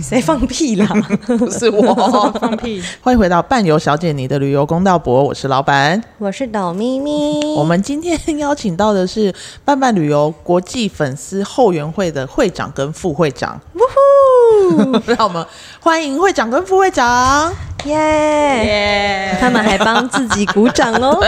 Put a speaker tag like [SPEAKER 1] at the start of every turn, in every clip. [SPEAKER 1] 谁放屁啦？
[SPEAKER 2] 不是我，
[SPEAKER 3] 放屁！
[SPEAKER 2] 欢迎回到伴游小姐你的旅游公道博，我是老板。
[SPEAKER 1] 我是董咪咪。
[SPEAKER 2] 我们今天邀请到的是伴伴旅游国际粉丝后援会的会长跟副会 长，
[SPEAKER 1] 呜
[SPEAKER 2] 让我们欢迎会长跟副会长，
[SPEAKER 1] 呼，耶！
[SPEAKER 3] 耶
[SPEAKER 1] 他们还帮自己鼓掌 哦。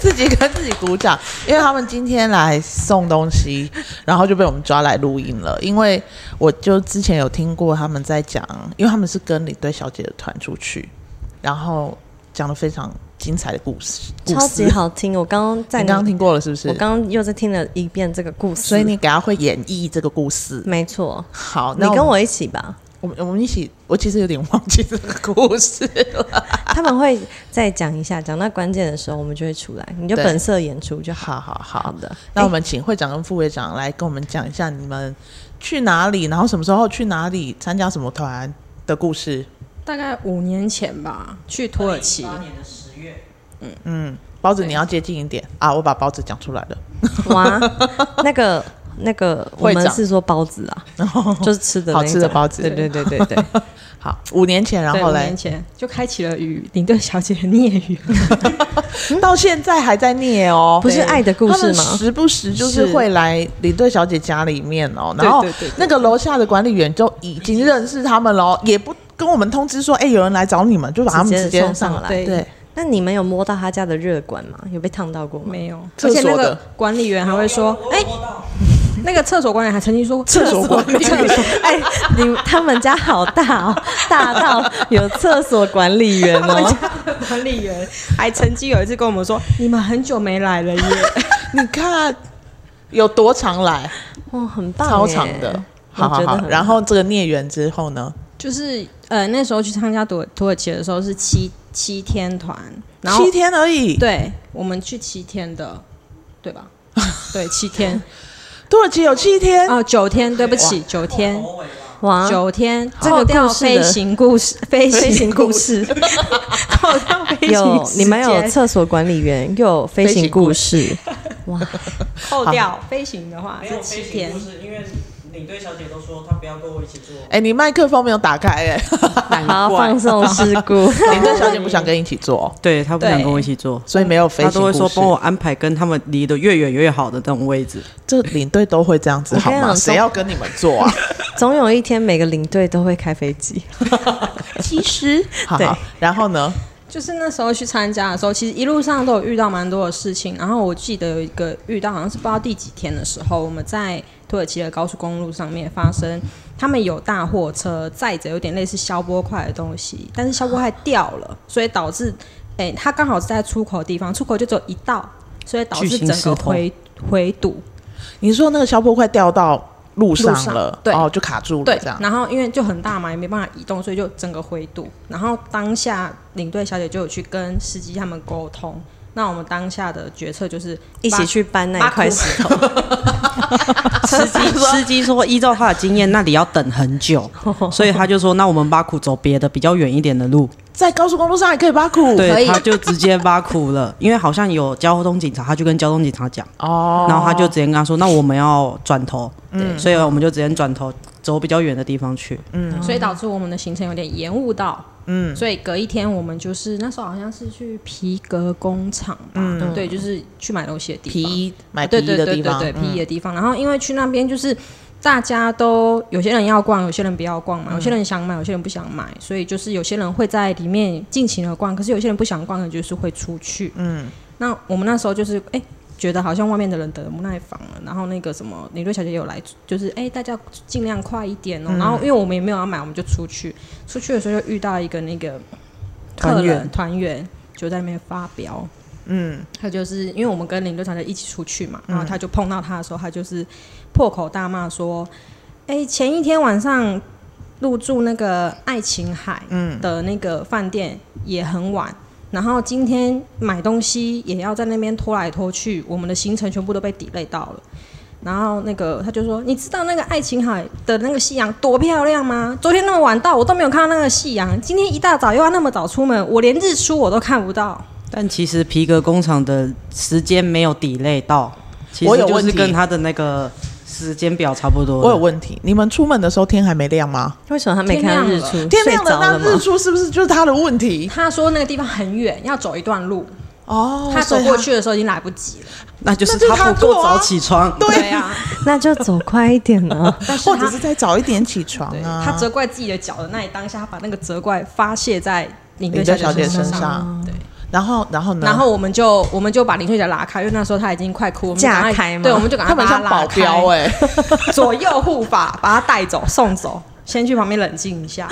[SPEAKER 2] 自己跟自己鼓掌，因为他们今天来送东西，然后就被我们抓来录音了。因为我就之前有听过他们在讲，因为他们是跟领队小姐的团出去，然后讲了非常精彩的故事，故
[SPEAKER 1] 超
[SPEAKER 2] 事
[SPEAKER 1] 级好听。我刚刚在
[SPEAKER 2] 你刚刚听过了是不是？
[SPEAKER 1] 我刚刚又再听了一遍这个故事，
[SPEAKER 2] 所以你给他会演绎这个故事。
[SPEAKER 1] 没错，
[SPEAKER 2] 好，
[SPEAKER 1] 你
[SPEAKER 2] 那
[SPEAKER 1] 跟
[SPEAKER 2] 我
[SPEAKER 1] 我一起吧。
[SPEAKER 2] 们我们我们一起，我其实有点忘记这个故事了。
[SPEAKER 1] 他们会再讲一下，讲到关键的时候，我们就会出来，你就
[SPEAKER 2] 对
[SPEAKER 1] 本色演出 就好。
[SPEAKER 2] 好好好，
[SPEAKER 1] 好的，
[SPEAKER 2] 那我们请会长跟副会长来跟我们讲一下你们去哪里，然后什么时候去哪里，参加什么团的故事。
[SPEAKER 3] 大概五年前吧，去土耳其，
[SPEAKER 2] 包子，你要接近一点啊！我把包子讲出来了。
[SPEAKER 1] 哇，那个那个，我
[SPEAKER 2] 会
[SPEAKER 1] 们
[SPEAKER 2] 长
[SPEAKER 1] 是说包子 啊，就是吃的那
[SPEAKER 2] 好吃的
[SPEAKER 1] 种
[SPEAKER 2] 包子
[SPEAKER 1] 对对对对 对，
[SPEAKER 2] 好，五年前，然
[SPEAKER 3] 对，
[SPEAKER 2] 后
[SPEAKER 3] 五
[SPEAKER 2] 嘞
[SPEAKER 3] 年，前就开启了与领队小姐的孽缘。
[SPEAKER 2] 到现在还在念哦。
[SPEAKER 1] 不是爱的故事
[SPEAKER 2] 他们
[SPEAKER 1] 吗？
[SPEAKER 2] 时不时就是
[SPEAKER 3] 是
[SPEAKER 2] 会来领队小姐家里面哦，
[SPEAKER 3] 对
[SPEAKER 2] 然后
[SPEAKER 3] 对对对
[SPEAKER 2] 那个楼下的管理员就已经认识他们了，也不跟我们通知说，哎、有人来找你们，就把他们
[SPEAKER 1] 直接
[SPEAKER 2] 直接
[SPEAKER 1] 送
[SPEAKER 2] 上
[SPEAKER 1] 上来
[SPEAKER 2] 对对，
[SPEAKER 1] 那你们有摸到他家的热管吗？有被烫到过吗？
[SPEAKER 3] 没有，
[SPEAKER 2] 厕
[SPEAKER 3] 而且那
[SPEAKER 2] 所的
[SPEAKER 3] 个管理员还会说：“哎、那个厕所管理还曾经说过，
[SPEAKER 2] 厕所管理员
[SPEAKER 1] 哎、你他们家好大哦，大到有厕所管理员
[SPEAKER 3] 他们
[SPEAKER 1] 哦。
[SPEAKER 3] 家的管理员还曾经有一次跟我们说，你们很久没来 了耶。
[SPEAKER 2] 你看有多常来，
[SPEAKER 1] 哇，哦很棒耶，
[SPEAKER 2] 超长的。好
[SPEAKER 1] 我
[SPEAKER 2] 好
[SPEAKER 1] 觉得
[SPEAKER 2] 好，
[SPEAKER 1] 很
[SPEAKER 2] 然后这个孽缘之后呢，
[SPEAKER 3] 就是呃那时候去参加土土耳其的时候是七七天团，然后
[SPEAKER 2] 七天而已。
[SPEAKER 3] 对，我们去七天的，对吧？对，七天
[SPEAKER 2] 土耳其有七天，
[SPEAKER 3] 哦，九天，对不起，九天，
[SPEAKER 1] 哇，
[SPEAKER 3] 九天，
[SPEAKER 1] 啊这个
[SPEAKER 3] 扣掉
[SPEAKER 1] 故事的
[SPEAKER 3] 飞行 故事，飞
[SPEAKER 2] 飞行
[SPEAKER 3] 行
[SPEAKER 2] 故
[SPEAKER 3] 故事，扣掉飞行
[SPEAKER 1] 有
[SPEAKER 3] 时间，
[SPEAKER 1] 你们有厕所管理员，又有飞行故事，哇，
[SPEAKER 3] 扣掉
[SPEAKER 1] 啊
[SPEAKER 3] 飞行的话
[SPEAKER 4] 没
[SPEAKER 3] 是
[SPEAKER 4] 有
[SPEAKER 3] 七
[SPEAKER 4] 飞行
[SPEAKER 3] 天
[SPEAKER 4] 故，事，因为领队小姐都说她不要跟我一起做。
[SPEAKER 2] 哎、你麦克风没有打开哎、
[SPEAKER 1] 好放送事 故。
[SPEAKER 2] 领队小姐不想跟你一起做，哦
[SPEAKER 4] 对她不想
[SPEAKER 3] 对
[SPEAKER 4] 跟我一起做，
[SPEAKER 2] 所以没有飞
[SPEAKER 4] 她
[SPEAKER 2] 行
[SPEAKER 4] 都会说
[SPEAKER 2] 故事
[SPEAKER 4] 帮我安排跟他们离得越远越好的那种 位置。
[SPEAKER 2] 这领队都会这样子
[SPEAKER 1] 我
[SPEAKER 2] 好
[SPEAKER 1] 跟你
[SPEAKER 2] 吗？
[SPEAKER 1] 讲
[SPEAKER 2] 谁要跟你们做 啊？
[SPEAKER 1] 总有一天，每个领队都会开飞机。
[SPEAKER 2] 其实，好
[SPEAKER 1] 对
[SPEAKER 2] 好，然后呢？
[SPEAKER 3] 就是那时候去参加的时候，其实一路上都有遇到蛮多的事情。然后我记得有一个遇到，好像是不知道第几天的时候，我们在土耳其的高速公路上面发生，他们有大货车载着有点类似消波块的东西，但是消波块掉了，所以导致，哎、它刚好是在出口的地方，出口就只有一道，所以导致
[SPEAKER 4] 巨型
[SPEAKER 3] 整
[SPEAKER 4] 石
[SPEAKER 3] 个
[SPEAKER 4] 头
[SPEAKER 3] 回回堵。
[SPEAKER 2] 你说那个消波块掉到路上
[SPEAKER 3] 路上
[SPEAKER 2] 了，
[SPEAKER 3] 对
[SPEAKER 2] 哦，就卡住了，
[SPEAKER 3] 对
[SPEAKER 2] 这，样。
[SPEAKER 3] 然后因为就很大嘛，也没办法移动，所以就整个灰度。然后当下领队小姐就有去跟司机他们沟通。那我们当下的决策就是
[SPEAKER 1] 一起去搬那一块石
[SPEAKER 3] 石头，
[SPEAKER 4] 司机 司机说，依照他的经验，那里要等很 久，所以他就说，那我们巴库走别的比较远一点的路。
[SPEAKER 2] 在高速公路上还可以挖苦，
[SPEAKER 3] 可
[SPEAKER 4] 对，
[SPEAKER 3] 以
[SPEAKER 4] 他就直接巴库了， 因为好像有交通警察，他就跟交通警察讲，
[SPEAKER 2] 哦，
[SPEAKER 4] 然后他就直接跟他说，那我们要转头，
[SPEAKER 3] 嗯
[SPEAKER 4] 对，所以我们就直接转头走比较远的地方去。
[SPEAKER 3] 所以导致我们的行程有点延误到。嗯，所以隔一天我们就是那时候好像是去皮革工厂吧，对，就是去买东西的地
[SPEAKER 2] 皮
[SPEAKER 3] 方。
[SPEAKER 2] 衣买皮
[SPEAKER 3] 对
[SPEAKER 2] 衣
[SPEAKER 3] 对
[SPEAKER 2] 的
[SPEAKER 3] 对
[SPEAKER 2] 地
[SPEAKER 3] 对
[SPEAKER 2] 方，嗯
[SPEAKER 3] 对，皮衣的地方。然后因为去那边就是大家都有些人要逛，有些人不要逛
[SPEAKER 2] 嗯
[SPEAKER 3] 嘛，有些人想买，有些人不想买，所以就是有些人会在里面尽情的逛，可是有些人不想逛的，就是会出去。嗯，那我们那时候就是哎。觉得好像外面的人等得不耐烦了，然后那个什么领队小姐也有来，就是哎、大家尽量快一点哦、
[SPEAKER 2] 嗯
[SPEAKER 3] 然后因为我们也没有要买，我们就出去。出去的时候就遇到一个那个
[SPEAKER 4] 团
[SPEAKER 3] 客人
[SPEAKER 4] 员
[SPEAKER 3] 团员，就在那边发飙。嗯，他就是因为我们跟领队团队一起出去嘛，然后他就碰到他的时候，他就是破口大骂说：“哎、前一天晚上入住那个爱琴海的那个饭店也很晚。然后今天买东西也要在那边拖来拖去，我们的行程全部都被 delay 到了。然后那个他就说：“你知道那个爱琴海的那个夕阳多漂亮吗？昨天那么晚到，我都没有看到那个夕阳。今天一大早又要那么早出门，我连日出我都看不到。
[SPEAKER 4] 但其实皮革工厂的时间没有 delay 到，其
[SPEAKER 2] 我
[SPEAKER 4] 实
[SPEAKER 2] 有
[SPEAKER 4] 就
[SPEAKER 2] 问
[SPEAKER 4] 是
[SPEAKER 2] 题
[SPEAKER 4] 跟他的那个时间表差不多
[SPEAKER 2] 我有
[SPEAKER 4] 了。
[SPEAKER 2] 问题，你们出门的时候天还没亮吗？
[SPEAKER 1] 为什么他没
[SPEAKER 3] 天
[SPEAKER 1] 看到
[SPEAKER 3] 亮
[SPEAKER 1] 日
[SPEAKER 3] 了
[SPEAKER 1] 出？
[SPEAKER 2] 天
[SPEAKER 1] 睡
[SPEAKER 2] 亮的
[SPEAKER 1] 着
[SPEAKER 2] 那
[SPEAKER 1] 了
[SPEAKER 2] 日
[SPEAKER 1] 吗？
[SPEAKER 2] 出是不是就是他的问题？
[SPEAKER 3] 他说那个地方很远，要走一段路，
[SPEAKER 2] 哦，
[SPEAKER 3] 他走
[SPEAKER 2] 所以
[SPEAKER 3] 过去的时候已经来不及了。
[SPEAKER 4] 那就是
[SPEAKER 2] 那就是他
[SPEAKER 4] 他不够
[SPEAKER 2] 做啊
[SPEAKER 4] 早起床。
[SPEAKER 3] 对啊，
[SPEAKER 1] 那就走快一点啊！
[SPEAKER 3] 但是
[SPEAKER 2] 或
[SPEAKER 3] 他
[SPEAKER 2] 者是再早一点起床
[SPEAKER 3] 对
[SPEAKER 2] 啊。
[SPEAKER 3] 他责怪自己的脚的那一当下，他把那个责怪发泄在领队
[SPEAKER 2] 林家小姐
[SPEAKER 3] 姐
[SPEAKER 2] 身
[SPEAKER 3] 上。
[SPEAKER 2] 上，
[SPEAKER 3] 对，
[SPEAKER 2] 然后然后呢？
[SPEAKER 3] 然后我们就我们就把林翠姐拉开，因为那时候她已经快哭，我们就赶快
[SPEAKER 1] 架开吗
[SPEAKER 3] 对，我们就赶
[SPEAKER 2] 啊他
[SPEAKER 3] 快
[SPEAKER 2] 们
[SPEAKER 3] 把她
[SPEAKER 2] 像
[SPEAKER 3] 拉
[SPEAKER 2] 保
[SPEAKER 3] 开，
[SPEAKER 2] 镖 哎、
[SPEAKER 3] 左右护法把她带走送走，先去旁边冷静一下。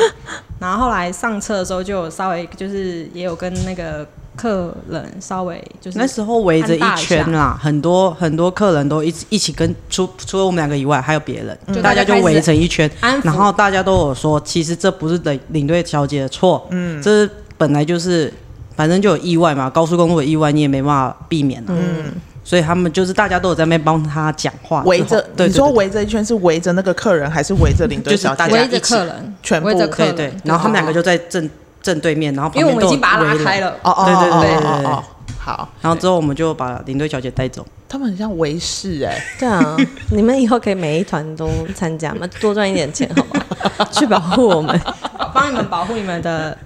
[SPEAKER 3] 然后后来上车的时候就有稍微就是也有跟那个客人稍微就是
[SPEAKER 4] 那时候围着
[SPEAKER 3] 按
[SPEAKER 4] 一
[SPEAKER 3] 大一
[SPEAKER 4] 圈啦，很多很多客人都一起一起跟除除了我们两个以外，还有别人，
[SPEAKER 3] 就大
[SPEAKER 4] 大
[SPEAKER 3] 家
[SPEAKER 4] 家就
[SPEAKER 3] 开始
[SPEAKER 4] 围成一圈，
[SPEAKER 3] 安抚
[SPEAKER 4] 然后大家都有说，其实这不是领领队小姐的错，嗯，这是本来就是反正就有意外嘛，高速公路的意外你也没办法避免啊，嗯，所以他们就是大家都有在那边帮他讲话，
[SPEAKER 2] 围着
[SPEAKER 4] 对，
[SPEAKER 2] 你说
[SPEAKER 4] 对对
[SPEAKER 2] 围着一圈是围着那个客人，还是围着领队
[SPEAKER 4] 就是
[SPEAKER 2] 小姐？
[SPEAKER 4] 大家
[SPEAKER 3] 围
[SPEAKER 4] 一
[SPEAKER 3] 着
[SPEAKER 4] 起
[SPEAKER 3] 客人，
[SPEAKER 2] 全部
[SPEAKER 3] 围着客
[SPEAKER 4] 对
[SPEAKER 3] 人，
[SPEAKER 4] 对，然后他们两个就在正正对面，然后旁
[SPEAKER 3] 因为我
[SPEAKER 4] 边
[SPEAKER 3] 们已
[SPEAKER 4] 都有
[SPEAKER 3] 经把她拉
[SPEAKER 4] 围人
[SPEAKER 3] 开，了，
[SPEAKER 2] 哦哦
[SPEAKER 4] 对对
[SPEAKER 2] 哦
[SPEAKER 4] 对
[SPEAKER 2] 哦
[SPEAKER 4] 对对
[SPEAKER 2] 哦哦，好，
[SPEAKER 4] 然后之后我们就把领队小姐带走，
[SPEAKER 2] 他们很像维士哎、
[SPEAKER 1] 对啊，你们以后可以每一团都参加嘛，多赚一点钱好吗？去保护哦我 们。
[SPEAKER 3] 帮你们保护你们的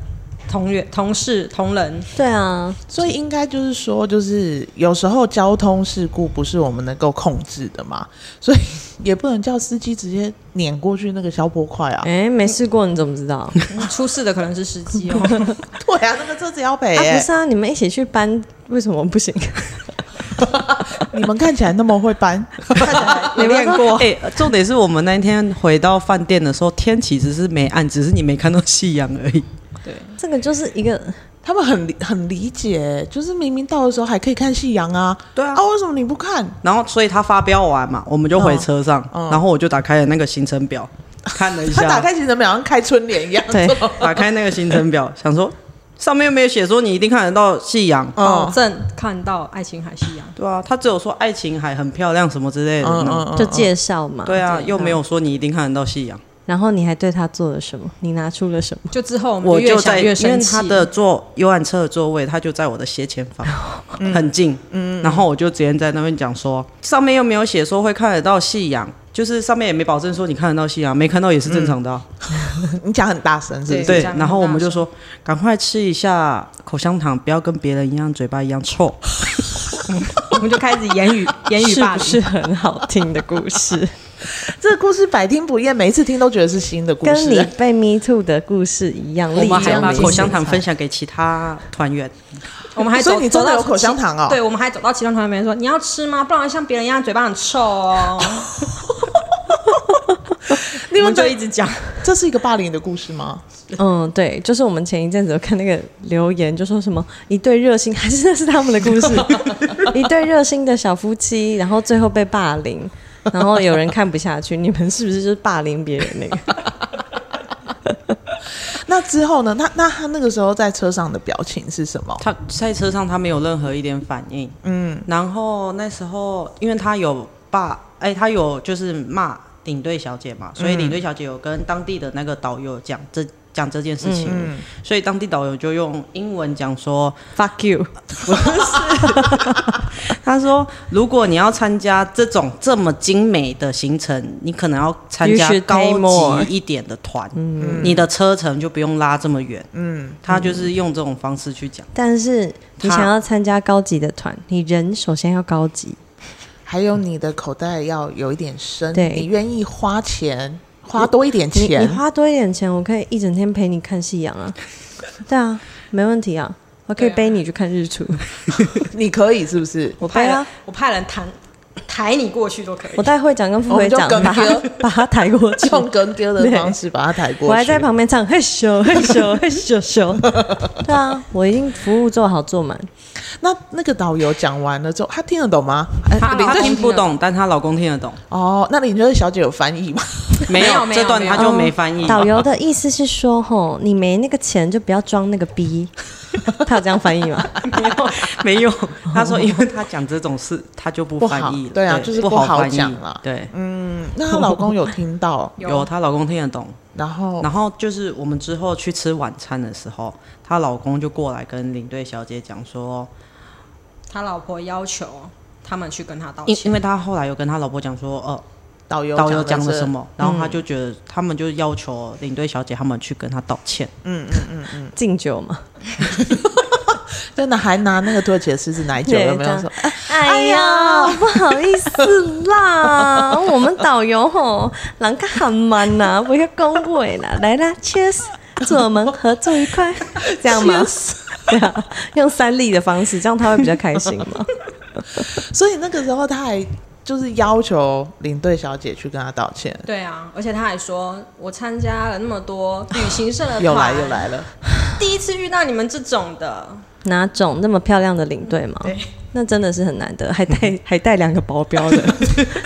[SPEAKER 3] 同员、同事、同仁。
[SPEAKER 1] 对啊，
[SPEAKER 2] 所以应该就是说，就是有时候交通事故不是我们能够控制的嘛，所以也不能叫司机直接碾过去那个消波块啊。
[SPEAKER 1] 哎、没试过你怎么知 道？
[SPEAKER 3] 出事的可能是司机哦，
[SPEAKER 2] 对啊，那个车子要赔、
[SPEAKER 1] 啊，
[SPEAKER 2] 欸
[SPEAKER 1] 不是啊，你们一起去搬，为什么不 行？
[SPEAKER 2] 你们看起来那么会搬，
[SPEAKER 4] 没练过。 哎、重点是我们那一天回到饭店的时候，天其实是没暗，只是你没看到夕阳而已。
[SPEAKER 3] 对，
[SPEAKER 1] 这个就是一个
[SPEAKER 2] 他们很理很理解，就是明明到的时候还可以看夕阳啊。
[SPEAKER 4] 对啊
[SPEAKER 2] 啊，为什么你不看？
[SPEAKER 4] 然后，所以他发飙完嘛，我们就回车上，
[SPEAKER 2] 嗯嗯
[SPEAKER 4] 然后我就打开了那个行程表，看了一
[SPEAKER 2] 他
[SPEAKER 4] 下，
[SPEAKER 2] 打开行程表，像开春联一样。
[SPEAKER 1] 对
[SPEAKER 4] 打开那个行程表，想说上面又没有写说你一定看得到夕阳，
[SPEAKER 3] 保
[SPEAKER 2] 嗯
[SPEAKER 3] 证看到爱琴海夕阳。
[SPEAKER 4] 对啊，他只有说爱琴海很漂亮什么之类的，
[SPEAKER 2] 嗯
[SPEAKER 4] 嗯
[SPEAKER 2] 嗯，
[SPEAKER 1] 就
[SPEAKER 2] 嗯
[SPEAKER 1] 介绍嘛。
[SPEAKER 4] 对啊，
[SPEAKER 3] 对
[SPEAKER 4] 又没有说你一定看得到夕阳。
[SPEAKER 1] 然后你还对他做了什么？你拿出了什么？
[SPEAKER 3] 就之后我
[SPEAKER 4] 我
[SPEAKER 3] 们
[SPEAKER 4] 就
[SPEAKER 3] 越
[SPEAKER 4] 在，
[SPEAKER 3] 想
[SPEAKER 4] 因
[SPEAKER 3] 越
[SPEAKER 4] 为
[SPEAKER 3] 生
[SPEAKER 4] 他
[SPEAKER 3] 气，
[SPEAKER 4] 的坐右岸车的座位，他就在我的斜前方，很近。然后我就直接在那边讲说，上面又没有写说会看得到夕阳，就是上面也没保证说你看得到夕阳，没看到也是正常的啊、
[SPEAKER 2] 你讲很大声是不是？
[SPEAKER 3] 对
[SPEAKER 4] 对，
[SPEAKER 3] 这样
[SPEAKER 4] 然后我们就
[SPEAKER 3] 很大
[SPEAKER 4] 说，赶快吃一下口香糖，不要跟别人一样嘴巴一样臭。
[SPEAKER 3] 我们就开始言语言语
[SPEAKER 1] 是
[SPEAKER 3] 霸
[SPEAKER 1] 不是
[SPEAKER 3] 凌。
[SPEAKER 1] 很好听的故 事？
[SPEAKER 2] 这个故事百听不厌，每一次听都觉得是新的故
[SPEAKER 1] 跟你
[SPEAKER 2] 事。
[SPEAKER 1] 被 Me Too 的故事一样，
[SPEAKER 4] 我们还
[SPEAKER 1] 历久
[SPEAKER 4] 把
[SPEAKER 1] 弥新
[SPEAKER 4] 口香糖分享给其他团员，
[SPEAKER 3] 我们还
[SPEAKER 2] 所以
[SPEAKER 3] 走
[SPEAKER 2] 你
[SPEAKER 3] 走
[SPEAKER 2] 真的
[SPEAKER 3] 到
[SPEAKER 2] 有口香糖哦
[SPEAKER 3] 对，我们还走到其他团员面说：“你要吃吗？不然像别人一样嘴巴很臭哦。
[SPEAKER 2] 你们
[SPEAKER 3] 我们就
[SPEAKER 2] 这
[SPEAKER 3] 一直讲，
[SPEAKER 2] 这是一个霸凌的故事吗？
[SPEAKER 1] 嗯，对，就是我们前一阵子有看那个留言，就说什么一对热心，还是那是他们的故 事，一对热心的小夫妻，然后最后被霸凌，然后有人看不下去，你们是不是就是霸凌别人那 个？
[SPEAKER 2] 那之后呢？那那他那个时候在车上的表情是什么？
[SPEAKER 4] 他在车上他没有任何一点反应。嗯，然后那时候因为他有爸，哎、他有就是骂领队小姐
[SPEAKER 1] 嗯
[SPEAKER 4] 嘛，所以领队小姐有跟当地的那个导游讲这讲这件事情，
[SPEAKER 1] 嗯
[SPEAKER 4] 所以当地导游就用英文讲说，
[SPEAKER 1] Fuck you！
[SPEAKER 4] 他说如果你要参加这种这么精美的行程，你可能要参
[SPEAKER 1] You
[SPEAKER 4] 加
[SPEAKER 1] should
[SPEAKER 4] 高
[SPEAKER 1] pay more 嗯
[SPEAKER 4] 级一点的团，你的车程就不用拉这么远。嗯，他就是用这种方式去讲。
[SPEAKER 1] 但是你
[SPEAKER 4] 他
[SPEAKER 1] 想要参加高级的团，你人首先要高级，
[SPEAKER 2] 还有你的口袋要有一点深，
[SPEAKER 1] 对
[SPEAKER 2] 你愿意花钱，花多一点
[SPEAKER 1] 你你
[SPEAKER 2] 钱。
[SPEAKER 1] 花多一点钱，我可以一整天陪你看夕阳 啊，对啊，没问题啊，我可以
[SPEAKER 3] 对啊
[SPEAKER 1] 背你去看日出，
[SPEAKER 2] 你可以是不是？
[SPEAKER 3] 我派
[SPEAKER 1] 对
[SPEAKER 3] 人
[SPEAKER 1] 啊
[SPEAKER 3] 我派人弹抬你过去都可以
[SPEAKER 1] 我。带会长跟副
[SPEAKER 2] 我们
[SPEAKER 1] 会
[SPEAKER 2] 就
[SPEAKER 1] 长
[SPEAKER 2] 梗
[SPEAKER 1] 把他
[SPEAKER 2] 哥
[SPEAKER 1] 把他抬 过去。
[SPEAKER 2] 用跟丢的方式把它抬过去。
[SPEAKER 1] 我还在旁边唱嘿咻嘿 咻嘿咻咻。对啊，我已经服务做好做满，
[SPEAKER 2] 那那个导游讲完了之后，他听得懂吗？哎
[SPEAKER 3] 他
[SPEAKER 2] 领
[SPEAKER 4] 她
[SPEAKER 2] 队
[SPEAKER 4] 听不懂，但她老公听得懂。
[SPEAKER 2] 哦，那领队小姐有翻译吗？
[SPEAKER 4] 没
[SPEAKER 3] 没
[SPEAKER 4] 有
[SPEAKER 3] 有没有
[SPEAKER 4] 这段
[SPEAKER 3] 没
[SPEAKER 4] 他
[SPEAKER 3] 有
[SPEAKER 4] 就没翻
[SPEAKER 2] 嗯
[SPEAKER 4] 译。
[SPEAKER 1] 导游的意思是说，吼，你没那个钱就不要装那个逼。他有这样翻译 吗？
[SPEAKER 4] 没有 没有，他说因为他讲这种事，他就不翻译
[SPEAKER 2] 不
[SPEAKER 4] 了。
[SPEAKER 2] 好对啊就是
[SPEAKER 4] 不
[SPEAKER 2] 不好
[SPEAKER 4] 翻译
[SPEAKER 2] 讲啦
[SPEAKER 4] 对，
[SPEAKER 2] 那她老公有听到，
[SPEAKER 4] 有她老公听得懂。
[SPEAKER 2] 然后
[SPEAKER 4] 然后就是我们之后去吃晚餐的时候，她老公就过来跟领队小姐讲说，
[SPEAKER 3] 他老婆要求他们去跟他道
[SPEAKER 4] 因
[SPEAKER 3] 歉，
[SPEAKER 4] 因为他后来有跟他老婆讲说，呃，
[SPEAKER 2] 导游
[SPEAKER 4] 导游讲了
[SPEAKER 2] 的是
[SPEAKER 4] 什？么，然后他就觉得他们就要求领队小姐他们去跟他道歉。
[SPEAKER 1] 敬酒嘛。
[SPEAKER 2] 真的还拿那个土耳其的狮子奶酒，
[SPEAKER 1] 对
[SPEAKER 2] 有没有
[SPEAKER 1] 这样
[SPEAKER 2] 说？
[SPEAKER 1] 哎呀，不好意思啦，我们导游吼，人家很慢呐，不要恭维啦，来啦，Cheers，祝我们合作愉快，这样吗？ 对啊，用三力的方式，这样他会比较开心嘛。
[SPEAKER 2] 所以那个时候他还就是要求领队小姐去跟他道歉。
[SPEAKER 3] 对啊，而且他还说，我参加了那么多旅行社的团，
[SPEAKER 2] 又来又，来了，
[SPEAKER 3] 第一次遇到你们这种的，
[SPEAKER 1] 哪种那么漂亮的领队嘛？那真的是很难得，还带还带两个保镖的，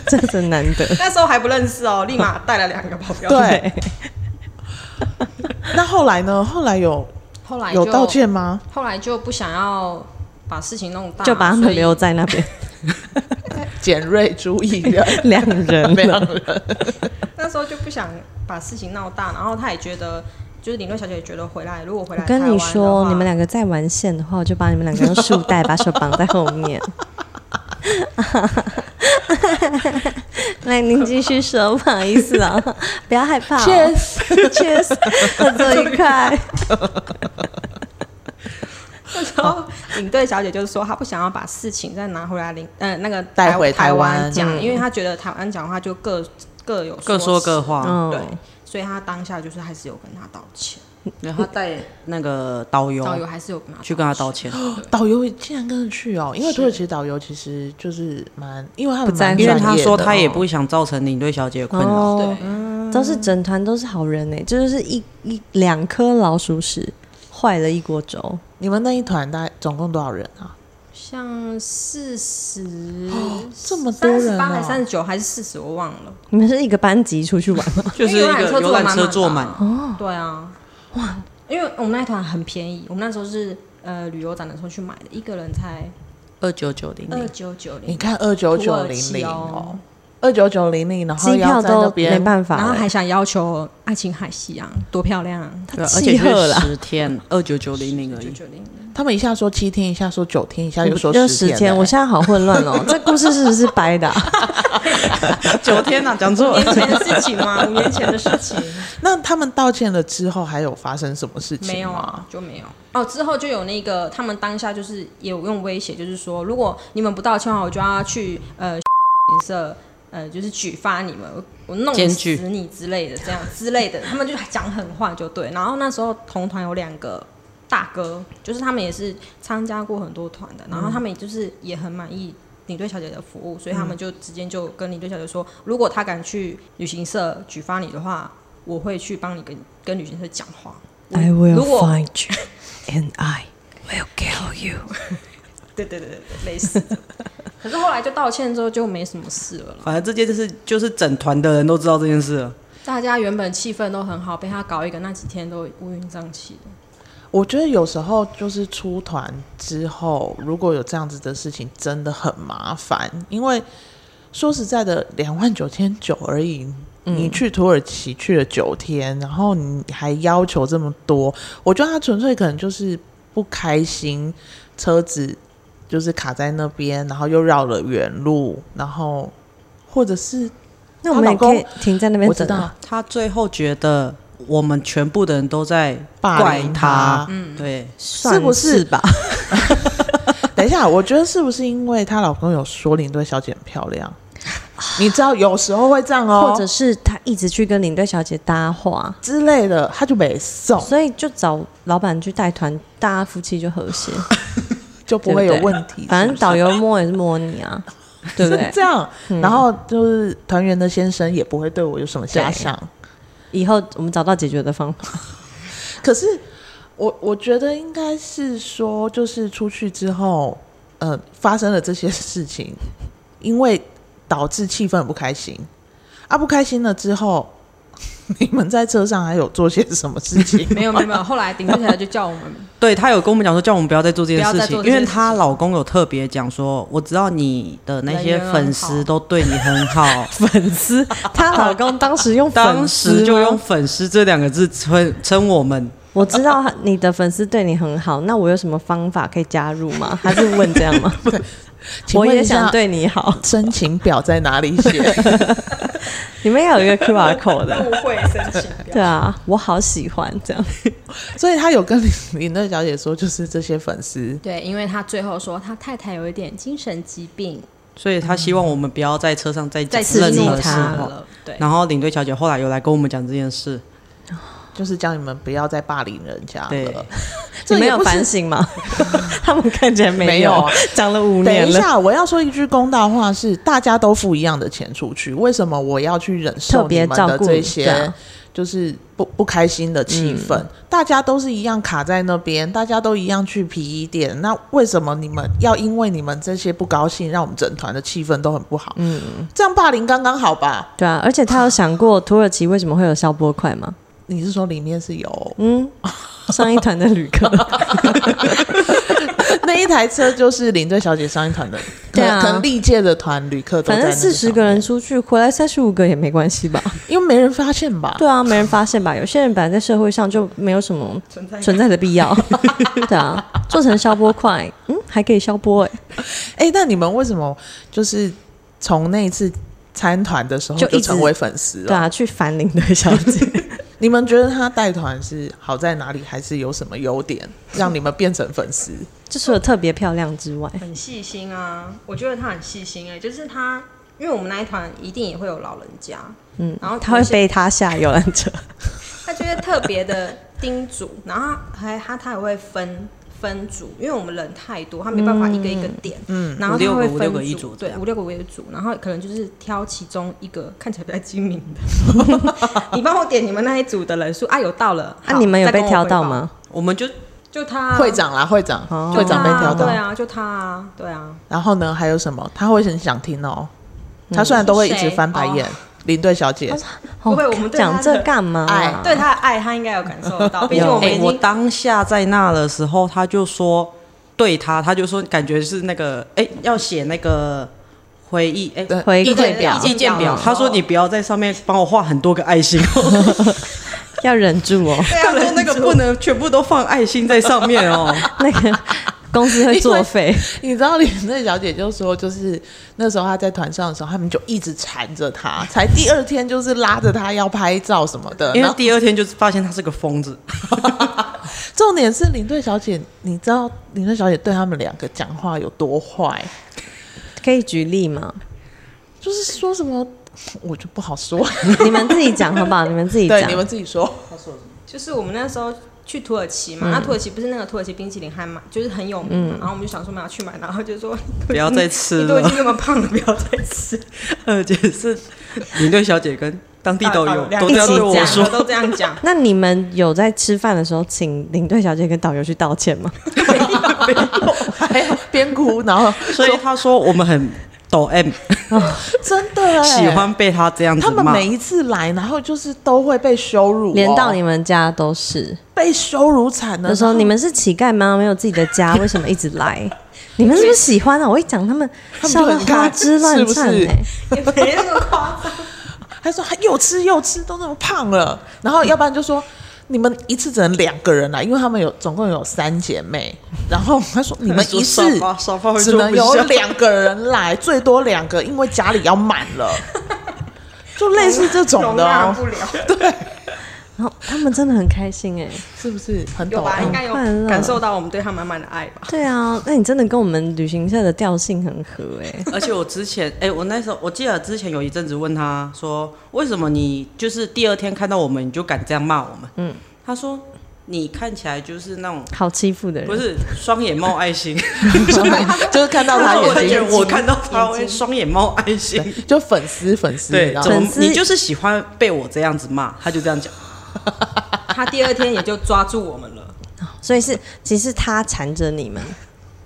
[SPEAKER 1] 这真难得。
[SPEAKER 3] 那时候还不认识哦，立马带了两个保镖。
[SPEAKER 2] 对。 那后来呢？后来有
[SPEAKER 3] 后来就
[SPEAKER 2] 有道，歉吗？
[SPEAKER 3] 后来就不想要把事情弄大，
[SPEAKER 1] 就把他们留
[SPEAKER 3] 所
[SPEAKER 1] 在那边，
[SPEAKER 2] 简瑞朱一人
[SPEAKER 1] 两人
[SPEAKER 2] 没有
[SPEAKER 1] 了。
[SPEAKER 2] 人，
[SPEAKER 3] 以那时候就不想把事情闹大，然后他也觉得，就是领队小姐也觉得回来，如果回来
[SPEAKER 1] 我跟你
[SPEAKER 3] 台湾的
[SPEAKER 1] 说，
[SPEAKER 3] 话
[SPEAKER 1] 你们两个再玩线的话，我就把你们两个用束带把手绑在后面。 来，您继续说，不好意思啊、不要害怕、哦。Cheers，Cheers，合作愉 快。
[SPEAKER 3] 那时候哦领队小姐就是说，她不想要把事情再拿回来领，呃，那个
[SPEAKER 2] 带回
[SPEAKER 3] 台
[SPEAKER 2] 台湾嗯
[SPEAKER 3] 讲，因为她觉得台湾讲话就各各有
[SPEAKER 4] 各说各
[SPEAKER 3] 话，
[SPEAKER 4] 话，
[SPEAKER 1] 嗯
[SPEAKER 3] 对，所以她当下就是还是有跟他道歉，
[SPEAKER 4] 然后他带那个导游
[SPEAKER 3] 导游还是有跟他
[SPEAKER 4] 去跟他道歉。
[SPEAKER 2] 导游竟然跟着去哦，因为土耳其导游其实就是蛮，因为他们
[SPEAKER 1] 不在
[SPEAKER 2] 蛮
[SPEAKER 1] 乎
[SPEAKER 4] 因为
[SPEAKER 2] 专
[SPEAKER 4] 他
[SPEAKER 2] 业
[SPEAKER 4] 说
[SPEAKER 2] 的
[SPEAKER 4] 他也
[SPEAKER 2] 哦
[SPEAKER 4] 不想造成领队小姐的困扰，
[SPEAKER 1] 哦，
[SPEAKER 3] 对，
[SPEAKER 1] 都是整团都是好人呢、这就是一一两颗老鼠屎坏了一锅粥，
[SPEAKER 2] 你们那一团大概总共多少人啊？
[SPEAKER 3] 像四十、
[SPEAKER 2] 这么哦多
[SPEAKER 3] 三十
[SPEAKER 2] 人
[SPEAKER 3] 八还
[SPEAKER 2] 啊！
[SPEAKER 3] 是三十九还是四十，我忘了。
[SPEAKER 1] 你们是一个班级出去玩吗？
[SPEAKER 4] 就是一个游览车坐满，
[SPEAKER 3] 哦，对啊，哇，因为我们那一团很便宜，我们那时候是呃旅游展的时候去买的，一个人才
[SPEAKER 4] 二九九零
[SPEAKER 3] 二
[SPEAKER 4] 零，
[SPEAKER 3] 九九
[SPEAKER 2] 你
[SPEAKER 3] 零，
[SPEAKER 2] 看二九九零
[SPEAKER 3] 土耳其
[SPEAKER 2] 零
[SPEAKER 3] 哦
[SPEAKER 2] 哦，二九九零零，然后
[SPEAKER 1] 机票
[SPEAKER 2] 要在那
[SPEAKER 1] 都没
[SPEAKER 2] 边
[SPEAKER 1] 办法了，欸
[SPEAKER 3] 然后还想要求爱琴海夕阳多漂亮，
[SPEAKER 4] 对，啊而
[SPEAKER 1] 气
[SPEAKER 4] 且
[SPEAKER 1] 贺
[SPEAKER 4] 就是
[SPEAKER 1] 啦
[SPEAKER 4] 十天二九九零零而
[SPEAKER 3] 九
[SPEAKER 4] 已。
[SPEAKER 3] 九零。
[SPEAKER 2] 他们一下说七天，一下说九天，一下
[SPEAKER 1] 我
[SPEAKER 2] 又
[SPEAKER 1] 不
[SPEAKER 2] 说
[SPEAKER 1] 就
[SPEAKER 2] 十
[SPEAKER 1] 十
[SPEAKER 2] 天
[SPEAKER 1] 天，
[SPEAKER 2] 嘞
[SPEAKER 1] 我现在好混乱哦。这故事是不是掰的、啊？
[SPEAKER 4] 九天呐，讲错
[SPEAKER 3] 五年
[SPEAKER 4] 了。
[SPEAKER 3] 前的事情吗？五年前的事情
[SPEAKER 2] 那他们道歉了之后，还有发生什么事情吗
[SPEAKER 3] 没有啊，，就没有。哦，之后就有那个他们当下就是也有用威胁，就是说如果你们不道歉的话，我就要去呃 社呃就是举发你们，我我弄
[SPEAKER 4] 检
[SPEAKER 3] 死
[SPEAKER 4] 举
[SPEAKER 3] 你之类的，这样之类的，他们就讲狠话就对。然后那时候同团有两个。大哥，就是他们也是参加过很多团的，
[SPEAKER 2] 嗯
[SPEAKER 3] 然后他们就是也很满意领队小姐的服务，所以他们就直接就跟领队小姐说，如果他敢去旅行社举发你的话，我会去帮你跟跟旅行社讲话。
[SPEAKER 1] I will
[SPEAKER 3] 如果
[SPEAKER 1] find you and I will kill you。
[SPEAKER 3] 对对对对对，类 似的。可是后来就道歉之后就没什么事了啦，
[SPEAKER 4] 反正这件事就是整团的人都知道这件事了。
[SPEAKER 3] 大家原本气氛都很好，被他搞一个那几天都乌云瘴气的。
[SPEAKER 2] 我觉得有时候就是出团之后，如果有这样子的事情，真的很麻烦。因为说实在的，两万九千九而已，你去土耳其去了九天，然后你还要求这么多，我觉得他纯粹可能就是不开心，车子就是卡在那边，然后又绕了远路，然后或者是
[SPEAKER 1] 那我们也可以停在那边
[SPEAKER 2] 我知
[SPEAKER 1] 等、
[SPEAKER 2] 道
[SPEAKER 1] 啊。
[SPEAKER 4] 他最后觉得我们全部的人都在
[SPEAKER 2] 霸
[SPEAKER 4] 怪
[SPEAKER 2] 凌
[SPEAKER 4] 他，
[SPEAKER 3] 嗯
[SPEAKER 4] 对，
[SPEAKER 1] 算
[SPEAKER 2] 不是
[SPEAKER 1] 是吧？
[SPEAKER 2] 等一下，我觉得是不是因为她老公有说领队小姐很漂 亮？你知道有时候会这样哦，
[SPEAKER 1] 或者是他一直去跟领队小姐搭话，
[SPEAKER 2] 之类的，她就没送，
[SPEAKER 1] 所以就找老板去带团，大家夫妻就和 谐。
[SPEAKER 2] 就不会有
[SPEAKER 1] 对不
[SPEAKER 2] 问
[SPEAKER 1] 对
[SPEAKER 2] 题。
[SPEAKER 1] 反
[SPEAKER 2] 是
[SPEAKER 1] 正
[SPEAKER 2] 不是
[SPEAKER 1] 导游摸也是摸你 啊，对不对嗯
[SPEAKER 2] 是？这样，然后就是团员的先生也不会对我有什么遐
[SPEAKER 1] 对
[SPEAKER 2] 想。
[SPEAKER 1] 以后我们找到解决的方法。
[SPEAKER 2] 可是我我觉得应该是说，就是出去之后，呃，发生了这些事情，因为导致气氛很不开心。啊，不开心了之后，你们在车上还有做些什么 事情？
[SPEAKER 3] 没有没有没有，后来顶起来就叫我们，
[SPEAKER 4] 对她有跟我们讲说，叫我们不要再做这件
[SPEAKER 3] 不要
[SPEAKER 4] 事
[SPEAKER 3] 再做
[SPEAKER 4] 情，
[SPEAKER 3] 这件事情
[SPEAKER 4] 因为她老公有特别讲说，我知道你的那些
[SPEAKER 3] 人缘很
[SPEAKER 4] 粉丝都对你很 好，
[SPEAKER 1] 粉丝， 她老公当时用
[SPEAKER 4] 当
[SPEAKER 1] 粉丝
[SPEAKER 4] 时就
[SPEAKER 1] 吗
[SPEAKER 4] 用“粉丝”这两个字称称我们，
[SPEAKER 1] 我知道你的粉丝对你很好，那我有什么方法可以加入吗？他是问这 样吗？
[SPEAKER 2] 请
[SPEAKER 1] 我
[SPEAKER 2] 问
[SPEAKER 1] 也
[SPEAKER 2] 一下
[SPEAKER 1] 想对你好，
[SPEAKER 2] 申请表在哪里写？
[SPEAKER 1] 你们要有一个 QR code 的，
[SPEAKER 3] 误会申请
[SPEAKER 1] 对啊，我好喜欢这样。
[SPEAKER 2] 所以他有跟领领队小姐说，就是这些粉丝
[SPEAKER 3] 对，因为他最后说他太太有一点精神疾病，
[SPEAKER 4] 所以他希望我们不要在车上再讲
[SPEAKER 3] 再刺激
[SPEAKER 4] 任何事
[SPEAKER 3] 他
[SPEAKER 4] 哦
[SPEAKER 3] 了。对，
[SPEAKER 4] 然后领队小姐后来有来跟我们讲这件事，
[SPEAKER 2] 就是叫你们不要再霸凌人家
[SPEAKER 4] 对
[SPEAKER 2] 了。
[SPEAKER 1] 你
[SPEAKER 2] 这
[SPEAKER 1] 们
[SPEAKER 2] 也
[SPEAKER 1] 有
[SPEAKER 2] 不是
[SPEAKER 1] 反省吗？ 他们看起来
[SPEAKER 2] 没有
[SPEAKER 1] 有
[SPEAKER 2] 啊，
[SPEAKER 1] 讲了五
[SPEAKER 2] 等
[SPEAKER 1] 年
[SPEAKER 2] 一
[SPEAKER 1] 了，
[SPEAKER 2] 下，我要说一句公道话是，大家都付一样的钱出去，为什么我要去忍
[SPEAKER 1] 特
[SPEAKER 2] 受你
[SPEAKER 1] 别
[SPEAKER 2] 们
[SPEAKER 1] 照
[SPEAKER 2] 的
[SPEAKER 1] 顾
[SPEAKER 2] 这
[SPEAKER 1] 对
[SPEAKER 2] 些
[SPEAKER 1] 啊嗯
[SPEAKER 2] 就是不不开心的气氛？大家都是一样卡在那边，大家都一样去皮衣店，那为什么你们要因为你们这些不高兴，让我们整团的气氛都很不好？嗯，这样霸凌刚刚好吧？
[SPEAKER 1] 对啊，而且他有想过土耳其为什么会有消波块 吗？
[SPEAKER 2] 你是说里面是有
[SPEAKER 1] 嗯，上一团的旅客，
[SPEAKER 2] 那一台车就是领队小姐上一团的，可
[SPEAKER 1] 对
[SPEAKER 2] 能、
[SPEAKER 1] 啊
[SPEAKER 2] 可能历届的团旅客都
[SPEAKER 1] 反
[SPEAKER 2] 在
[SPEAKER 1] 正
[SPEAKER 2] 那
[SPEAKER 1] 四十
[SPEAKER 2] 上
[SPEAKER 1] 个人
[SPEAKER 2] 面，
[SPEAKER 1] 出去，回来三十五个也没关系 吧？
[SPEAKER 2] 因为没人发现吧？
[SPEAKER 1] 对啊，没人发现吧？有些人本来在社会上就没有什么
[SPEAKER 3] 存在
[SPEAKER 1] 存在的必 要，对啊，做成消波块，嗯，还可以消波哎、
[SPEAKER 2] 哎、那你们为什么就是从那一次参团的时候
[SPEAKER 1] 就一直
[SPEAKER 2] 成为粉丝
[SPEAKER 1] 对
[SPEAKER 2] 了？
[SPEAKER 1] 啊，去烦林队小 姐，
[SPEAKER 2] 你们觉得他带团是好在哪里，还是有什么优点让你们变成粉丝？
[SPEAKER 1] 就除了特别漂亮之外，
[SPEAKER 3] 很细心啊，我觉得他很细心哎、就是他，因为我们那一团一定也会有老人家，嗯，然后
[SPEAKER 1] 他会背他下游览车，
[SPEAKER 3] 他就会特别的叮嘱，然后还他他也会分分组，因为我们人太多，他没办法一个一个点，嗯，然后他会分
[SPEAKER 4] 五六个五六个一组
[SPEAKER 3] 对，
[SPEAKER 4] 这样
[SPEAKER 3] 五六个五六个组，然后可能就是挑其中一个看起来比较精明的， 你帮我点你们那一组的人数啊，有到了，
[SPEAKER 1] 啊，
[SPEAKER 3] 好
[SPEAKER 1] 你们有
[SPEAKER 3] 再
[SPEAKER 1] 被
[SPEAKER 3] 跟我
[SPEAKER 1] 挑
[SPEAKER 3] 汇
[SPEAKER 1] 到
[SPEAKER 3] 报？
[SPEAKER 1] 吗？
[SPEAKER 4] 我们就
[SPEAKER 3] 就他啊
[SPEAKER 2] 会长啦，会长，
[SPEAKER 1] 嗯哦
[SPEAKER 2] 会长被挑
[SPEAKER 3] 就他啊
[SPEAKER 2] 到。
[SPEAKER 3] 对啊，就他啊，对啊，
[SPEAKER 2] 然后呢，还有什么？他会很想听哦。
[SPEAKER 1] 嗯
[SPEAKER 2] 他虽然都会一直翻白眼，领队小姐，哎
[SPEAKER 1] 哦
[SPEAKER 3] 不会我们对
[SPEAKER 1] 讲
[SPEAKER 3] 他
[SPEAKER 1] 这
[SPEAKER 3] 的
[SPEAKER 1] 干嘛、啊
[SPEAKER 2] 爱
[SPEAKER 3] 对他的爱，他应该有感受得到，毕竟
[SPEAKER 1] 有
[SPEAKER 3] 我们
[SPEAKER 4] 哎、
[SPEAKER 3] 已
[SPEAKER 4] 我
[SPEAKER 3] 经
[SPEAKER 4] 当下在那的时候，他就说对他，他就说感觉是那个哎、要写那个回忆哎、
[SPEAKER 2] 对
[SPEAKER 1] 回
[SPEAKER 4] 意
[SPEAKER 1] 馈
[SPEAKER 4] 见
[SPEAKER 1] 表
[SPEAKER 4] 意见表
[SPEAKER 3] 嗯，
[SPEAKER 4] 他说你不要在上面帮我画很多个爱心，啊
[SPEAKER 1] 要忍住 哦，
[SPEAKER 4] 他说那个不能全部都放爱心在上面哦。
[SPEAKER 1] 那个公司会作废，
[SPEAKER 2] 你知道领队小姐就说，就是那时候她在团上的时候，他们就一直缠着她，才第二天就是拉着她要拍照什么的。然
[SPEAKER 4] 因为
[SPEAKER 2] 后
[SPEAKER 4] 第二天就是发现他是个疯子，
[SPEAKER 2] 重点是领队小姐，你知道领队小姐对他们两个讲话有多坏，
[SPEAKER 1] 可以举例吗？
[SPEAKER 2] 就是说什么我就不好说，
[SPEAKER 1] 你们自己讲好不 好？你们自己
[SPEAKER 2] 对
[SPEAKER 1] 讲。
[SPEAKER 2] 你，们自己说。
[SPEAKER 3] 就是我们那时候去土耳其嘛，那、土耳其不是那个土耳其冰淇淋还蛮就是很有名嘛，然后我们就想说我们要去买，然后就说嗯
[SPEAKER 4] 不要再吃
[SPEAKER 3] 你都已
[SPEAKER 4] 了。
[SPEAKER 3] 经那么胖了，不要再吃。
[SPEAKER 4] 而且是领队小姐跟当地导游
[SPEAKER 3] 啊两
[SPEAKER 4] 都
[SPEAKER 3] 个
[SPEAKER 4] 这样对
[SPEAKER 3] 都这
[SPEAKER 4] 我
[SPEAKER 3] 样
[SPEAKER 4] 说，
[SPEAKER 3] 都这样讲
[SPEAKER 1] 那你们有在吃饭的时候请领队小姐跟导游去道歉吗？
[SPEAKER 2] 还有边哭，然后
[SPEAKER 4] 所以他说我们很抖 M，
[SPEAKER 2] 真的、欸、
[SPEAKER 4] 喜欢被他这样子
[SPEAKER 2] 他们
[SPEAKER 4] 骂。
[SPEAKER 2] 每一次来，然后就是都会被羞辱哦、
[SPEAKER 1] 连到你们家都是，
[SPEAKER 2] 被羞辱惨了。
[SPEAKER 1] 就说
[SPEAKER 2] 然后
[SPEAKER 1] 你们是乞丐吗？没有自己的家，为什么一直 来？你们是不是喜欢啊？我一讲他们
[SPEAKER 2] 他们就
[SPEAKER 1] 笑
[SPEAKER 2] 很
[SPEAKER 1] 到花枝乱颤
[SPEAKER 2] 是
[SPEAKER 1] 哎、
[SPEAKER 2] 不是
[SPEAKER 3] 也没那么夸张，
[SPEAKER 2] 还说还又吃又吃，都那么胖了，然后要不然就说。你们一次只能两个人来，因为他们有总共有三姐妹。然后他说：“你们一次
[SPEAKER 4] 他说沙发沙发会
[SPEAKER 2] 只
[SPEAKER 4] 坐
[SPEAKER 2] 能
[SPEAKER 4] 不
[SPEAKER 2] 有
[SPEAKER 4] 下
[SPEAKER 2] 两个人来，最多两个，因为家里要满了，就类似这种
[SPEAKER 3] 容
[SPEAKER 2] 的、
[SPEAKER 3] 纳
[SPEAKER 2] 哦，
[SPEAKER 3] 不了，
[SPEAKER 1] 然后他们真的很开心哎、
[SPEAKER 2] 是不是很
[SPEAKER 3] 有
[SPEAKER 2] 懂？
[SPEAKER 3] 吧？应该有
[SPEAKER 1] 快乐
[SPEAKER 3] 感受到我们对他满满的爱吧？
[SPEAKER 1] 对啊，那你真的跟我们旅行社的调性很合哎、
[SPEAKER 4] 而且我之前，哎、我那时候我记得之前有一阵子问他说，为什么你就是第二天看到我们你就敢这样骂我们？嗯，他说你看起来就是那种
[SPEAKER 1] 好欺负的人，
[SPEAKER 4] 不是双眼冒爱心，
[SPEAKER 2] 就是看到他
[SPEAKER 4] 我
[SPEAKER 2] 眼
[SPEAKER 4] 觉
[SPEAKER 2] 睛，
[SPEAKER 4] 得我看到他会双眼冒爱心，
[SPEAKER 2] 就粉丝粉丝，
[SPEAKER 4] 对，
[SPEAKER 2] 然
[SPEAKER 4] 怎
[SPEAKER 2] 后
[SPEAKER 4] 么
[SPEAKER 1] 粉丝
[SPEAKER 4] 你就是喜欢被我这样子骂，他就这样讲，
[SPEAKER 3] 他第二天也就抓住我们了，
[SPEAKER 1] 所以是其实他缠着你们，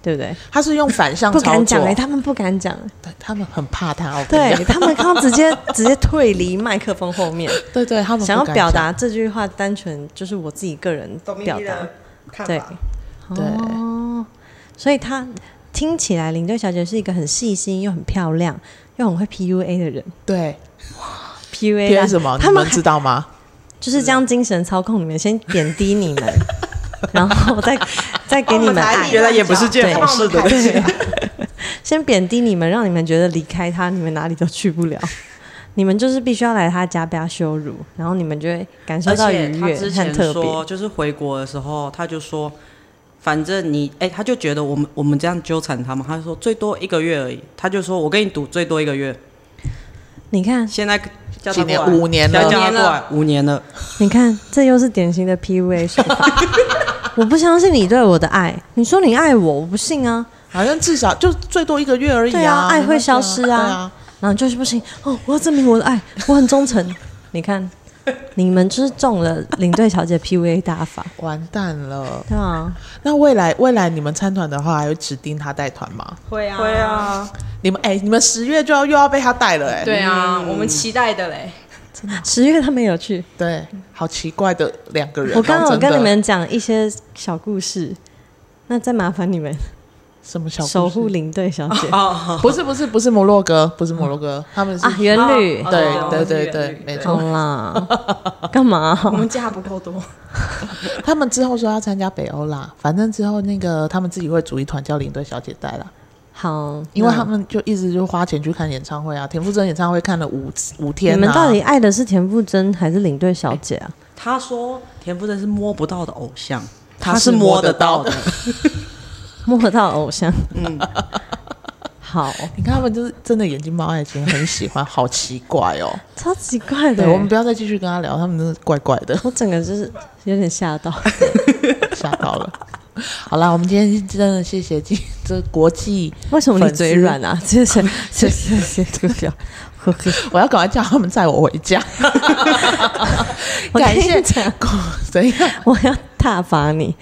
[SPEAKER 1] 对不对？
[SPEAKER 2] 他是用反向
[SPEAKER 1] 不
[SPEAKER 2] 操
[SPEAKER 1] 敢
[SPEAKER 2] 作
[SPEAKER 1] 讲哎、，他们不敢讲，
[SPEAKER 2] 对他们很怕他，我跟你
[SPEAKER 1] 对
[SPEAKER 2] 讲
[SPEAKER 1] 他们刚直接直接退离麦克风后面，
[SPEAKER 2] 对对， 他们不
[SPEAKER 1] 想要
[SPEAKER 2] 敢
[SPEAKER 1] 表
[SPEAKER 2] 讲
[SPEAKER 1] 达这句话，单纯就是我自己个人
[SPEAKER 3] 董明
[SPEAKER 1] 表
[SPEAKER 3] 义
[SPEAKER 1] 达
[SPEAKER 3] 的。看
[SPEAKER 1] 对
[SPEAKER 3] 法。
[SPEAKER 2] 对
[SPEAKER 1] 哦，所以她听起来林队小姐是一个很细心又很漂亮又很会 PUA 的人。
[SPEAKER 2] 对
[SPEAKER 1] PUA 啊
[SPEAKER 2] PA 什么，
[SPEAKER 1] 他
[SPEAKER 2] 你
[SPEAKER 1] 们
[SPEAKER 2] 们
[SPEAKER 1] 还
[SPEAKER 2] 知道吗？
[SPEAKER 1] 就是这样精神操控你们，先贬低你 们，然后再再给你们
[SPEAKER 3] 帮我们打
[SPEAKER 1] 爱
[SPEAKER 3] 理，
[SPEAKER 4] 原来也不是件好事
[SPEAKER 3] 对
[SPEAKER 4] 的
[SPEAKER 3] 帮我们
[SPEAKER 4] 事。
[SPEAKER 1] 先贬低你们，让你们觉得离开他你们哪里都去不了。 你们就是必须要来他家被他羞辱，然后你们就会感受
[SPEAKER 4] 而
[SPEAKER 1] 到
[SPEAKER 4] 且
[SPEAKER 1] 愉
[SPEAKER 4] 他
[SPEAKER 1] 悦
[SPEAKER 4] 之
[SPEAKER 1] 和
[SPEAKER 4] 前
[SPEAKER 1] 特
[SPEAKER 4] 说，
[SPEAKER 1] 别。
[SPEAKER 4] 就是回国的时候，他就说，反正你，哎、他就觉得我们我们这样纠缠他们，他就说最多一个月而已，他就说我跟你赌最多一个月，
[SPEAKER 1] 你看，
[SPEAKER 4] 现在叫
[SPEAKER 2] 几
[SPEAKER 4] 他
[SPEAKER 2] 年
[SPEAKER 4] 过来，
[SPEAKER 2] 五年
[SPEAKER 4] 现在
[SPEAKER 2] 了，
[SPEAKER 4] 叫他过来五年了，
[SPEAKER 1] 你看，这又是典型的 PUA 手法。 我不相信你对我的爱，你说你爱我，我不信啊。
[SPEAKER 2] 好像至少就最多一个月而已
[SPEAKER 1] 对啊爱
[SPEAKER 2] 没关
[SPEAKER 1] 会
[SPEAKER 2] 系
[SPEAKER 1] 消失啊
[SPEAKER 2] 对啊，
[SPEAKER 1] 然后你就是不行哦，我要证明我的爱，我很忠诚。你看，你们就是中了领队小姐 PUA 大法，
[SPEAKER 2] 完蛋了。
[SPEAKER 1] 对啊，
[SPEAKER 2] 那未来未来你们参团的话，还会指定他带团吗？
[SPEAKER 3] 会啊，
[SPEAKER 4] 会，啊，
[SPEAKER 2] 你们哎、你们十月就要又要被他带了哎、
[SPEAKER 3] 对啊，我们期待的嘞。
[SPEAKER 1] 十月他们有去。
[SPEAKER 2] 对，好奇怪的两个人哦。
[SPEAKER 1] 我刚好
[SPEAKER 2] 真
[SPEAKER 1] 跟
[SPEAKER 2] 的
[SPEAKER 1] 你们讲一些小故事，那再麻烦你们
[SPEAKER 2] 什么小故事
[SPEAKER 1] 守护领队小姐啊，
[SPEAKER 2] 不是不是不是摩洛哥，不是摩洛哥，他们是
[SPEAKER 1] 元旅
[SPEAKER 3] 哦。
[SPEAKER 2] 对
[SPEAKER 3] 哦
[SPEAKER 2] 对
[SPEAKER 3] 是
[SPEAKER 2] 对
[SPEAKER 3] 远
[SPEAKER 2] 对
[SPEAKER 3] 旅，
[SPEAKER 2] 没
[SPEAKER 3] 对
[SPEAKER 1] 啊好
[SPEAKER 2] 错。
[SPEAKER 1] 啦，干嘛？
[SPEAKER 3] 我们假不够多，
[SPEAKER 2] 他们之后说要参加北欧啦，反正之后那个他们自己会组一团叫领队小姐带啦，
[SPEAKER 1] 好，
[SPEAKER 2] 因为
[SPEAKER 1] 那
[SPEAKER 2] 他们就一直就花钱去看演唱会啊，田馥甄演唱会看了五五天、啊。
[SPEAKER 1] 你们到底爱的是田馥甄还是领队小姐啊？
[SPEAKER 4] 他说田馥甄是摸不到的偶像，
[SPEAKER 2] 他
[SPEAKER 4] 他
[SPEAKER 2] 是
[SPEAKER 4] 是
[SPEAKER 2] 摸
[SPEAKER 4] 摸
[SPEAKER 2] 得
[SPEAKER 4] 得
[SPEAKER 2] 到
[SPEAKER 4] 到
[SPEAKER 2] 的
[SPEAKER 4] 的，
[SPEAKER 1] 摸得到偶像，嗯， 好，
[SPEAKER 2] 你看他们就是真的眼睛猫爱心，很喜欢，好奇 怪哦。
[SPEAKER 1] 超奇怪的
[SPEAKER 2] 对，我们
[SPEAKER 1] 欸，
[SPEAKER 2] 不要再继续跟他聊，他们真的怪怪的，
[SPEAKER 1] 我整个就是有点吓 到。
[SPEAKER 2] 吓到了。 好啦，我们今天真的谢谢今这国际，
[SPEAKER 1] 为什么你
[SPEAKER 2] 粉丝
[SPEAKER 1] 嘴软 啊？谢谢谢谢 谢谢谢谢， 呵呵
[SPEAKER 2] 我要赶快叫他们载我回 家。
[SPEAKER 1] 我
[SPEAKER 2] 感
[SPEAKER 1] 跟
[SPEAKER 2] 谢
[SPEAKER 1] 你讲，
[SPEAKER 2] 怎样？
[SPEAKER 1] 我要挞伐你。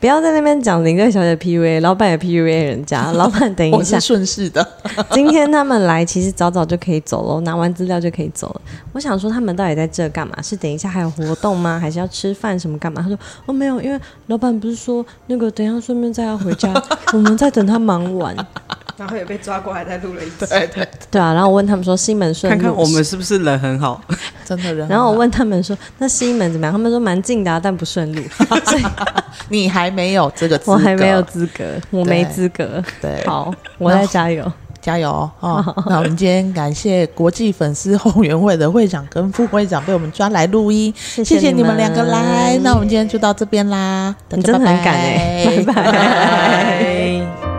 [SPEAKER 1] 不要在那边讲领队小姐 PUA，老板也 PUA 人家。老板，等
[SPEAKER 2] 我
[SPEAKER 1] 一下
[SPEAKER 2] 是，顺势的。
[SPEAKER 1] 今天他们来，其实早早就可以走了，拿完资料就可以走了。我想说，他们到底在这干嘛？是等一下还有活动吗？还是要吃饭什么干嘛？他说哦没有，因为老板不是说那个等一下顺便载他回 家，我们再等他忙完。
[SPEAKER 3] 然后也被抓过来再录了一 次。
[SPEAKER 2] 对对，
[SPEAKER 1] 对啊，然后我问他们说西门顺
[SPEAKER 4] 看
[SPEAKER 1] 路，
[SPEAKER 4] 看我们。是不是人很好，
[SPEAKER 2] 真的人很好。
[SPEAKER 1] 然后我问他们说：“那西门怎么样？”他们说蛮近的、啊，但不顺 路，所以
[SPEAKER 2] 你还没有这个资格，
[SPEAKER 1] 我还没有资格，我没
[SPEAKER 2] 对
[SPEAKER 1] 资格。
[SPEAKER 2] 对，
[SPEAKER 1] 好，我再加油。
[SPEAKER 2] 加油 哦！哦那我们今天感谢国际粉丝后援会的会长跟副会长被我们抓来录音， 谢
[SPEAKER 1] 谢谢
[SPEAKER 2] 你
[SPEAKER 1] 你
[SPEAKER 2] 们
[SPEAKER 1] 们
[SPEAKER 2] 两个来。那我们今天就到这边啦，大
[SPEAKER 1] 你
[SPEAKER 2] 家
[SPEAKER 1] 真的
[SPEAKER 2] 拜
[SPEAKER 1] 很敢
[SPEAKER 2] 拜
[SPEAKER 1] 欸拜拜
[SPEAKER 2] 拜拜。